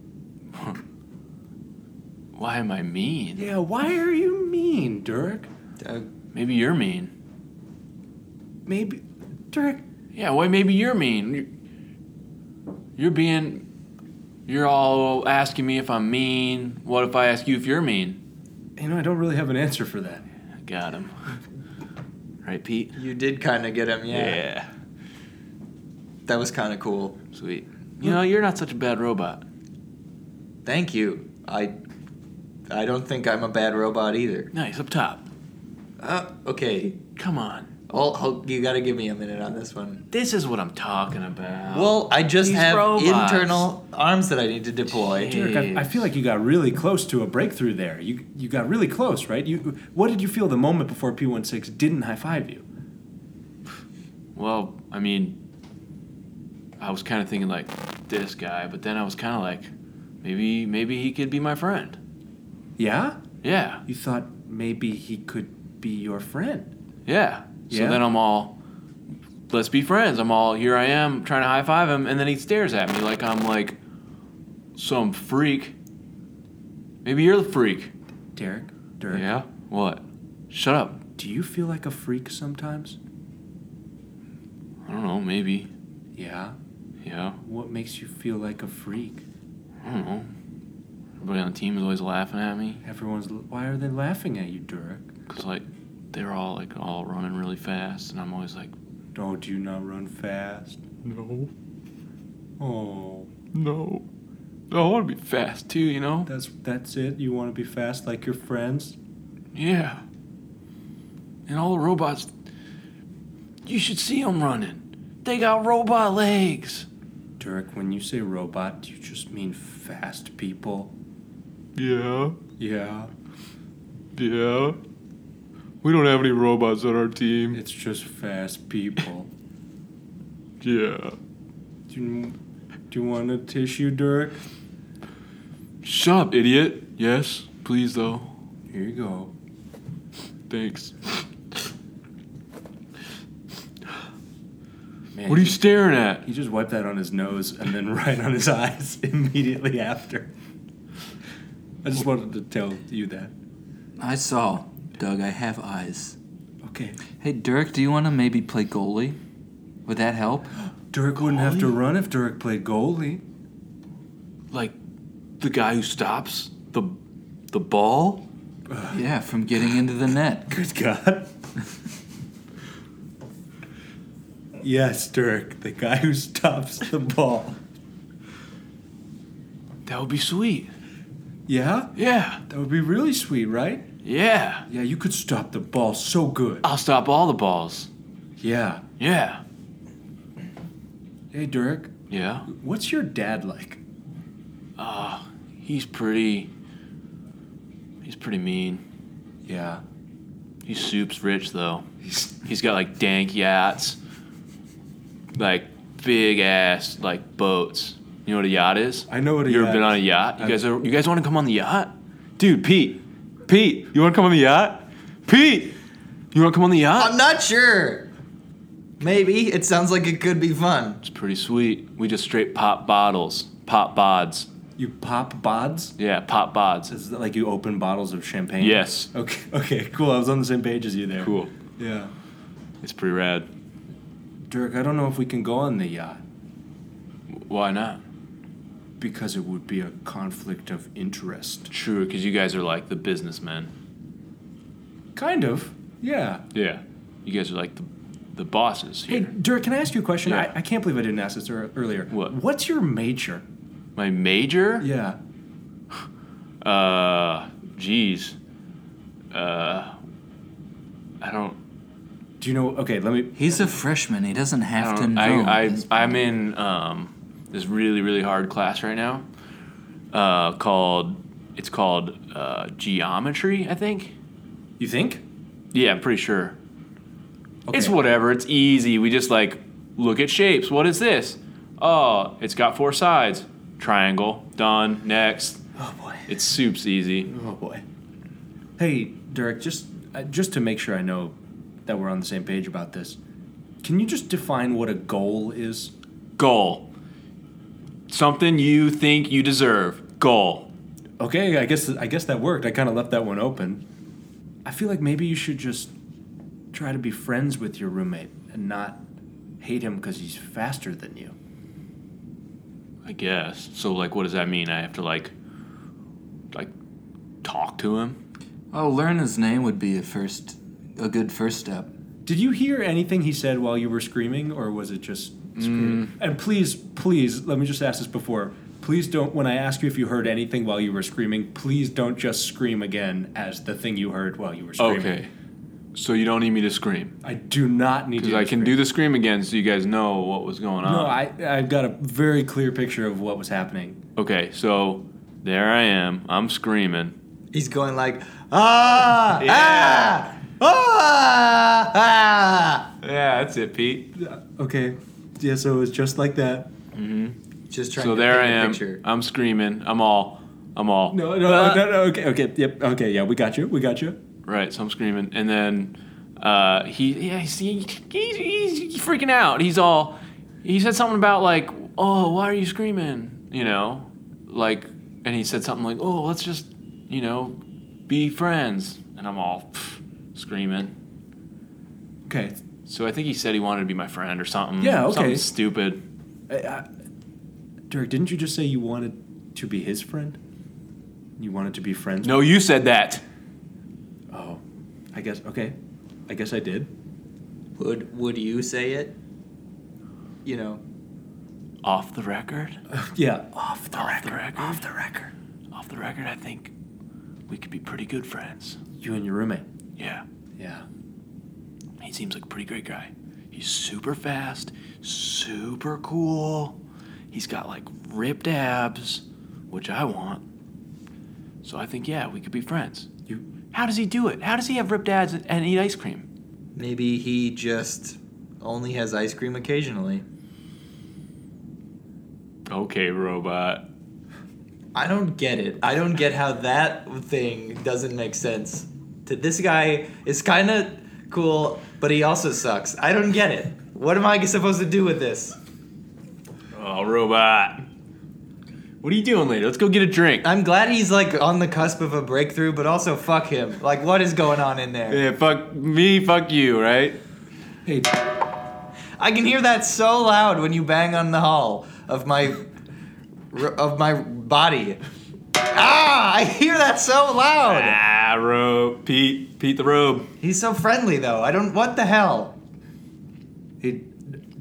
G: Why am I mean?
F: Yeah, why are you mean, Dirk?
G: Maybe you're mean.
F: Maybe Dirk,
G: Yeah, why maybe you're mean? You're- You're being. You're all asking me if I'm mean. What if I ask you if you're mean?
F: you know, I don't really have an answer for that.
G: Got him. Right, Pete?
E: You did kind of get him, yeah. That was kind of cool.
G: Sweet. You know, you're not such a bad robot.
E: Thank you. I. I don't think I'm a bad robot either.
G: Nice, up top.
E: Uh, okay.
G: Come on.
E: I'll, I'll- you gotta give me a minute on this one.
G: This is what I'm talking about.
E: Well, I just
G: These
E: have
G: robots.
E: internal arms that I need to deploy.
F: Dirk, I, I feel like you got really close to a breakthrough there. You you got really close, right? You what did you feel the moment before P16 didn't high five you?
G: Well, I mean, I was kind of thinking like this guy, but then I was kind of like, maybe, maybe he could be my friend.
F: Yeah?
G: Yeah,
F: You thought maybe he could be your friend.
G: yeah. So
F: Yeah?
G: then I'm all, let's be friends. I'm all here. I am trying to high five him, and then he stares at me like I'm like some freak. Maybe you're the freak.
F: Derek, Dirk,
G: Yeah. What? Shut up.
F: do you feel like a freak sometimes?
G: I don't know. Maybe.
F: Yeah.
G: Yeah.
F: What makes you feel like a freak?
G: I don't know. Everybody on the team is always laughing at me.
F: Everyone's l- why are they laughing at you, Dirk?
G: Cause like they're all like all running really fast, and I'm always like,
F: Oh, do you not run fast? No. Oh. No.
G: Oh, I want to be fast too, you know?
F: That's that's it. You want to be fast like your friends.
G: Yeah. And all the robots, you should see them running. They got robot legs.
F: Derek, when you say robot, do you just mean fast people?
G: Yeah,
F: Yeah,
G: yeah. We don't have any robots on our team.
F: it's just fast people.
G: Yeah.
F: Do you, do you want a tissue, Derek?
G: Shut up, idiot. Yes, please, though.
F: Here you go.
G: Thanks.
F: Man,
G: What are you
F: he-
G: staring at?
F: He just wiped that on his nose and then right on his eyes immediately after. I just wanted to tell you that.
D: I saw, Doug. I have eyes.
F: Okay.
D: Hey, Dirk, do you want to maybe play goalie? Would that help?
F: Dirk wouldn't have to run if Dirk played goalie.
G: Like, the guy who stops the the ball?
D: Yeah, from getting into the net.
F: Good God. yes, Dirk, the guy who stops the ball.
G: That would be sweet.
F: Yeah?
G: Yeah,
F: That would be really sweet, right?
G: yeah.
F: Yeah, you could stop the ball so good.
G: I'll stop all the balls.
F: Yeah.
G: Yeah,
F: Hey, Dirk,
G: yeah.
F: what's your dad like?
G: He's pretty. He's pretty mean.
F: Yeah.
G: He's soups rich though. He's got like dank yachts, like big ass like boats. You know what a yacht is?
F: I know what a
G: you
F: yacht
G: ever been on a
F: is.
G: yacht? You
F: I've-
G: guys, are, you guys want to come on the yacht, dude? Pete, Pete, you want to come on the yacht? Pete, you want to come on the yacht?
E: I'm not sure. Maybe it sounds like it could be fun.
G: it's pretty sweet. We just straight pop bottles, pop bods.
F: You pop bods?
G: Yeah, pop bods.
F: Is that like you open bottles of champagne?
G: Yes.
F: Okay, okay, cool. I was on the same page as you there.
G: Cool.
F: Yeah.
G: It's pretty rad.
F: Dirk, I don't know if we can go on the yacht
G: Why not?
F: because it would be a conflict of interest.
G: True, because you guys are like the businessmen.
F: Kind of. Yeah.
G: Yeah. You guys are like the, the bosses
F: Hey,
G: here.
F: Dirk, can I ask you a question?
G: Yeah.
F: I, I can't believe I didn't ask this ear- earlier.
G: What?
F: What's your major?
G: My major?
F: Yeah.
G: Uh, geez. Uh, I don't.
F: Do you know? Okay, let me.
D: He's a freshman. He doesn't
G: I
D: have to
G: don't.
D: know.
G: I, I
D: That's-
G: I'm in um this really really hard class right now. Uh, called it's called uh, geometry, I think.
F: You think?
G: Yeah, I'm pretty sure. It's
F: Okay.
G: whatever. It's easy. We just like look at shapes. What is this? Oh, it's got four sides. Triangle. Done. Next.
F: Oh boy.
G: It's soups easy.
F: Oh boy. Hey, Derek, just uh, just to make sure I know that we're on the same page about this, can you just define what a goal is?
G: Goal. Something you think you deserve. Goal.
F: Okay, I guess I guess that worked. I kind of left that one open. I feel like maybe you should just try to be friends with your roommate and not hate him because he's faster than you.
G: I guess. So like what does that mean? I have to like like talk to him?
D: oh, learn his name would be a first, a good first step.
F: Did you hear anything he said while you were screaming, or was it just screaming?
G: Mm.
F: And please, please, let me just ask this before. Please don't, when I ask you if you heard anything while you were screaming, please don't just scream again as the thing you heard while you were screaming.
G: Okay. So you don't need me to scream.
F: I do not need
G: Because
F: you
G: I
F: to
G: can do the scream again so you guys know what was going on.
F: No, I, I've got a very clear picture of what was happening.
G: okay, so there I am. I'm screaming.
E: He's going like ah
G: Yeah.
E: ah ah ah.
G: Yeah, that's it, Pete.
F: Okay. Yeah, so it was just like that.
E: Just trying
G: So
E: to
G: there I
E: paint a
G: am.
E: picture.
G: I'm screaming. I'm all. I'm all.
F: No, no,
G: Uh,
F: no, no, okay, okay, yep, okay, yeah, we got you, we got you.
G: Right. So I'm screaming, and then uh, he, yeah, he's, he, he's, he's freaking out. He's all. He said something about like, oh, why are you screaming? You know, like, and he said something like, oh, let's just, you know, be friends. And I'm all pff, screaming.
F: Okay,
G: So I think he said he wanted to be my friend or something.
F: Yeah, okay.
G: Something stupid.
F: I, I, Dirk, didn't you just say you wanted to be his friend? You wanted to be friends?
G: No, you said that.
F: Oh, I guess. Okay, I guess I did.
E: Would would you say it? You know,
G: off the record,
F: Yeah.
G: off the record, off the
F: record.
G: off the record, I think we could be pretty good friends.
F: You and your roommate.
G: Yeah.
F: Yeah.
G: He seems like a pretty great guy. He's super fast, super cool. He's got like ripped abs, which I want. So I think yeah, we could be friends.
F: You-
G: How does he do it? How does he have ripped abs and, and eat ice cream?
E: Maybe he just only has ice cream occasionally.
G: Okay, robot.
E: I don't get it. I don't get how that thing doesn't make sense. To this guy is kind of cool, but he also sucks. I don't get it. What am I supposed to do with this?
G: Oh, robot. What are you doing later? Let's go get a drink.
E: I'm glad he's like on the cusp of a breakthrough, but also fuck him. Like, what is going on in there?
G: Yeah, fuck me, fuck you, right?
F: Hey,
E: I can hear that so loud when you bang on the hull of my of my body. Ah, I hear that so loud.
G: Ah, robe, Pete, Pete the robe.
E: He's so friendly though. I don't. What the hell?
F: hey,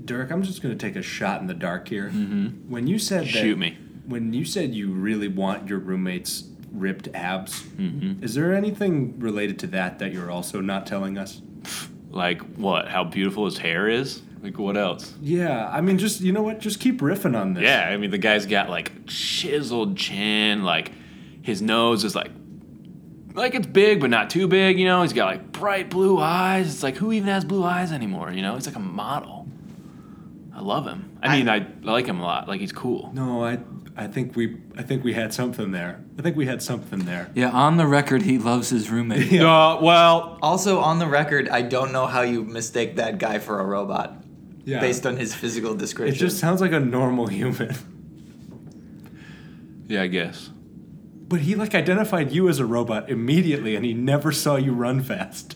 F: Dirk. I'm just gonna take a shot in the dark here. When you said that,
G: Mm-hmm. Shoot me.
F: When you said you really want your roommate's ripped abs,
G: Mm-hmm.
F: is there anything related to that that you're also not telling us?
G: Like what? How beautiful his hair is? Like what else?
F: Yeah, I mean, just you know what? Just keep riffing on this.
G: Yeah, I mean the guy's got like chiseled chin, like his nose is like like it's big but not too big, you know. He's got like bright blue eyes. It's like who even has blue eyes anymore, you know? He's like a model. I love him. I, mean, I, I like him a lot. Like he's cool.
F: No, I, I think we, I think we had something there. I think we had something there.
D: Yeah, on the record, he loves his roommate.
F: Yeah.
G: Uh, well,
E: Also, on the record, I don't know how you mistake that guy for a robot
F: Yeah.
E: based on his physical
F: it
E: description.
F: just sounds like a normal human.
G: yeah, I guess.
F: But he like identified you as a robot immediately, and he never saw you run fast.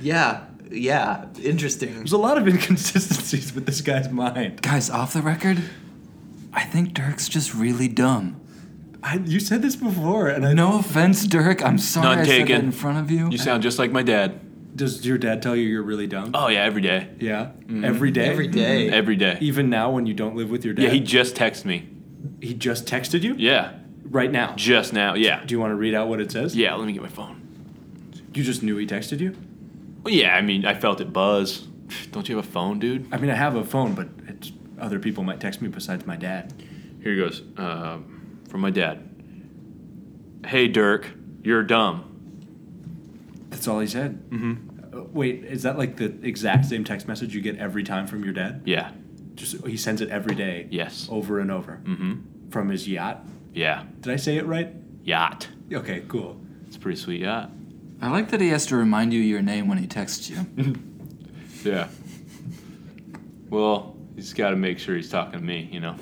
E: yeah, yeah, interesting.
F: There's a lot of inconsistencies with this guy's mind.
D: Guys, off the record, I think Dirk's just really dumb.
F: I, you said this before, and I know.
D: No offense, Dirk. I'm sorry
G: None
D: I said
G: taken.
D: that in front of you.
G: You sound just like my dad.
F: Does your dad tell you you're really dumb?
G: Oh yeah, every day.
F: yeah, every day.
E: Every
F: "Mm-hmm."
E: day.
G: Every day.
F: Even now, when you don't live with your dad,
G: Yeah, he just texted me.
F: he just texted you
G: Yeah,
F: right now.
G: just now. Yeah.
F: Do you want to read out what it says?
G: Yeah, let me get my phone.
F: You just knew he texted you.
G: Well, yeah, I mean, I felt it buzz. Don't you have a phone, dude?
F: I mean, I have a phone, but it's, other people might text me besides my dad.
G: Here goes um, from my dad. Hey, Dirk, you're dumb.
F: That's all he said. Mm-hmm. Wait, is that like the exact same text message you get every time from your dad?
G: Yeah,
F: Just he sends it every day.
G: yes,
F: Over and over. Mm-hmm. From his yacht.
G: yeah.
F: Did I say it right?
G: Yacht.
F: Okay, cool.
G: It's a pretty sweet yacht.
D: I like that he has to remind you your name when he texts you.
G: Yeah. Well, he's got to make sure he's talking to me, you know.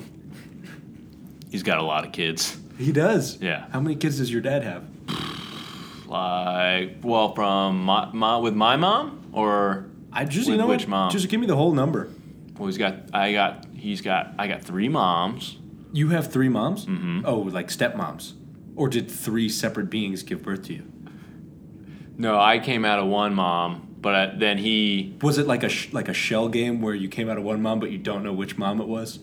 G: He's got a lot of kids.
F: He does.
G: Yeah.
F: How many kids does your dad have?
G: Like, well, from my, my with my mom, or
F: I just you
G: With
F: know
G: which
F: what?
G: mom?
F: Just give me the whole number.
G: well, he's got I got he's got I got three moms.
F: You have three moms. Mm-hmm. Oh, like stepmoms, or did three separate beings give birth to you?
G: No, I came out of one mom, but I, then he
F: Was it like a sh- like a shell game where you came out of one mom but you don't know which mom it was?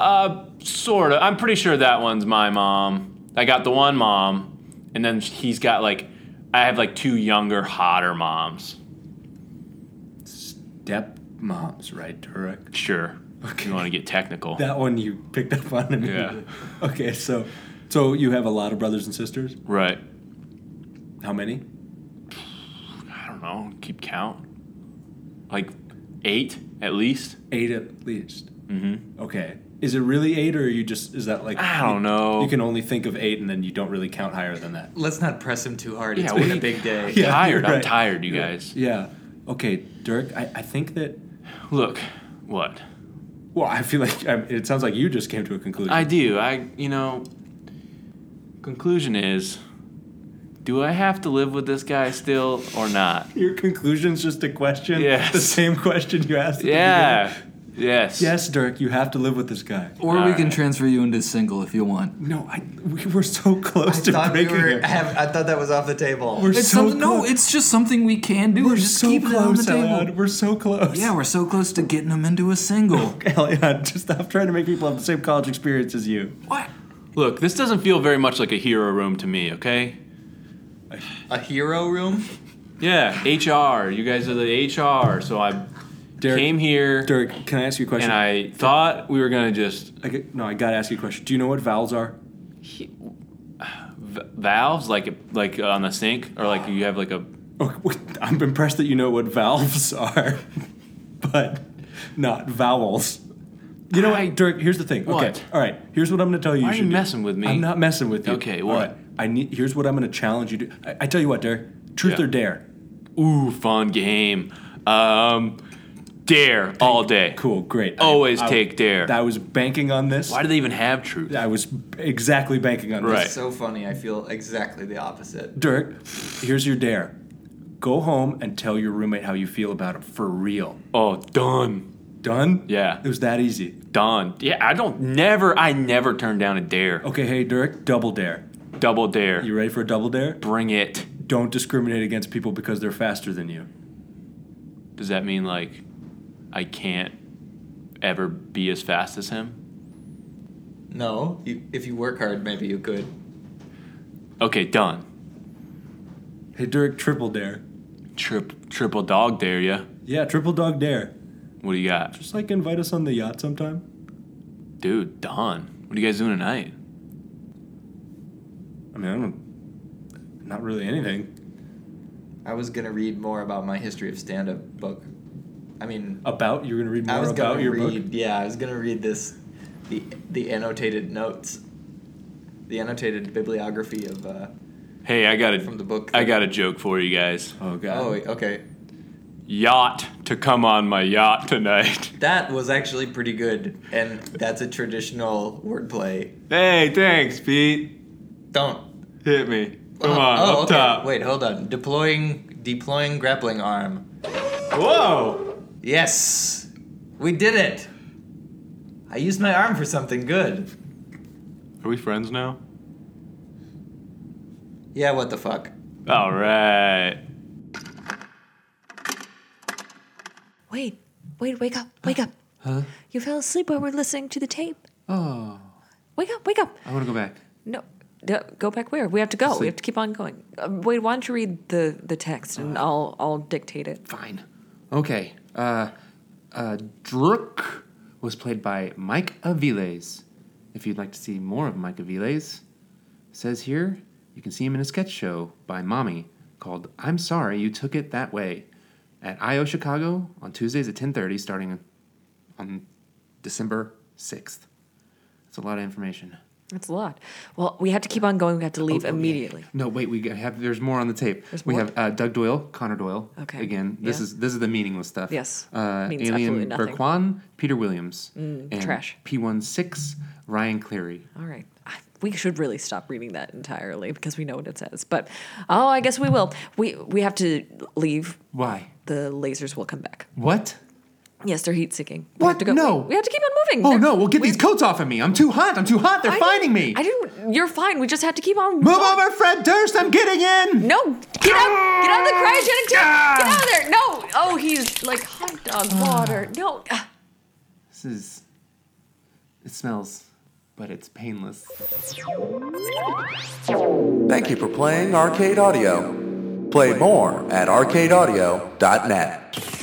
G: Uh, sort of. I'm pretty sure that one's my mom. I got the one mom, and then he's got like, I have like two younger, hotter moms.
F: Stepmoms, right, Turek?
G: Sure.
F: Okay.
G: You want to get technical?
F: That one you picked up on immediately. Okay, so so you have a lot of brothers and sisters.
G: right.
F: How many?
G: I don't know. Keep count. Like eight at least.
F: Eight at least. Mm-hmm. Okay. Is it really eight, or are you just is that like
G: I don't
F: you,
G: know.
F: You can only think of eight, and then you don't really count higher than that.
E: Let's not press him too hard. It's
G: Yeah,
E: been
G: we-
E: a big day.
F: Yeah,
G: tired.
F: you're
G: I'm
F: right.
G: tired, you guys.
F: Yeah. Okay, Dirk. I, I think that.
G: Look, what?
F: Well, I feel like I, it sounds like you just came to a conclusion.
G: I do. I, you know, conclusion is do I have to live with this guy still or not?
F: Your conclusion's just a question.
G: Yes.
F: The same question you asked. At the
G: Yeah. Yes.
F: Yes, Dirk, you have to live with this guy.
D: Or we can
G: Alright.
D: transfer you into single if you want.
F: No, I, we were so close
E: I
F: to
E: thought, we
F: breaking
E: were,
F: it.
E: have, I thought that was off the table.
F: We're
D: It's
F: so
D: something. No,
F: close.
D: it's just something we can do.
F: we're
D: just
F: so
D: keeping it on the
F: close,
D: table.
F: Eliad. We're so close.
D: Yeah, we're so close to getting him into a single.
F: Eliad, just stop trying to make people have the same college experience as you.
D: what?
G: Look, this doesn't feel very much like a hero room to me, okay?
E: A hero room?
G: Yeah, HR. You guys are the HR. So I
F: Derek,
G: came here
F: Dirk, can I ask you a question?
G: and I thought we were going to just.
F: I get- no, I gotta ask you a question. Do you know what vowels are?
G: V- valves? Like like on the sink? Or like you have like a.
F: Oh, what- I'm impressed that you know what valves are, but not vowels. You know
G: I-
F: what, Dirk? Here's the thing. Okay,
G: What?
F: all right. Here's what I'm going to tell you.
G: Why
F: you
G: are you
F: should do.
G: messing with me?
F: I'm not messing with you.
G: Okay,
F: All
G: what?
F: right, I need. Here's what I'm going to challenge you to. I, I tell you what, Dirk. Truth
G: Yeah.
F: or dare?
G: Ooh, fun game. Um, dare all day.
F: Cool, great.
G: Always take dare.
F: I was banking on this.
G: Why do they even have truth?
F: I was exactly banking on
G: Right.
F: this.
E: So funny. I feel exactly the opposite.
F: Dirk, here's your dare. Go home and tell your roommate how you feel about him for real.
G: Oh, done.
F: Done?
G: Yeah.
F: It was that easy.
G: Done. Yeah, I don't. Never. I never turn down a dare.
F: Okay, hey, Dirk, double dare.
G: Double dare.
F: Oh. You ready for a double dare?
G: Bring it.
F: Don't discriminate against people because they're faster than you.
G: Does that mean like I can't ever be as fast as him?
E: No. You, if you work hard, maybe you could.
G: Okay, done.
F: Hey, Dirk, triple dare.
G: Trip, triple dog dare ya.
F: Yeah, triple dog dare.
G: What do you got?
F: Just like invite us on the yacht sometime.
G: Dude, done. What are you guys doing tonight?
F: I mean, I don't. Not really anything.
E: I was gonna read more about my history of stand-up book. I mean,
F: About? You're going to read more
E: I was
F: about
E: gonna
F: your
E: read.
F: book?
E: Yeah, I was gonna read this, the the annotated notes, the annotated bibliography of. Uh,
G: Hey, I got a
E: From the book
G: I
E: that-
G: got a joke for you guys.
F: Oh, God.
E: oh, okay.
G: Yacht to come on my yacht tonight.
E: That was actually pretty good, and that's a traditional wordplay.
G: hey, thanks, Pete.
E: Don't.
G: Hit me. Come
E: Oh,
G: on,
E: oh,
G: up
E: okay.
G: top.
E: Wait, hold on. Deploying, deploying grappling arm.
G: Whoa!
E: Yes, we did it. I used my arm for something good.
G: Are we friends now?
E: Yeah, what the fuck?
G: All right.
C: Wait, wait, wake up, wake up. You fell asleep while we're listening to the tape.
B: Oh,
C: Wake up, wake up.
B: I want to go back.
C: No, no, go back where? We have to go. We
B: Sleep.
C: have to keep on going. Uh, wait, why don't you read the, the text
B: Ah.
C: and I'll I'll dictate it.
B: Fine. Okay. Uh, uh, Druk was played by Mike Aviles. If you'd like to see more of Mike Aviles, says here you can see him in a sketch show by Mommy called "I'm Sorry You Took It That Way" at IO Chicago on Tuesdays at 10:30, starting on December 6th. That's a lot of information.
C: That's a lot. Well, we have to keep on going. We have to leave
B: Oh, okay.
C: immediately.
B: No, wait. We got- have. There's more on the tape.
C: There's
B: we
C: more?
B: have uh, Doug Doyle, Connor Doyle.
C: Okay.
B: Again, this
C: Yeah.
B: is this is the meaningless stuff.
C: Yes.
B: Uh,
C: Means absolutely
B: Alien
C: nothing. Mm,
B: Berquan, Peter Williams, and
C: trash.
B: P16, Ryan Cleary.
C: All right. I, we should really stop reading that entirely because we know what it says. But oh, I guess we will. We we have to leave.
B: Why?
C: The lasers will come back.
B: What?
C: Yes, they're heat seeking.
B: What?
C: We have to go.
B: No.
C: We, we have to keep on moving.
B: Oh
C: They're-
B: no! Well, get
C: we-
B: these coats off of me. I'm too hot. I'm too hot. They're
C: I
B: finding
C: didn't-
B: me.
C: I didn't. You're fine. We just have to keep on.
B: Move
C: going.
B: over, Fred Durst. I'm getting in.
C: No, get out! Get out of the cryogenic tank! Get out of there! No! Oh, he's like hot dog water. No. Ah.
B: This is. It smells, but it's painless.
A: Thank you for playing Arcade Audio. Play more at arcadeaudio.net.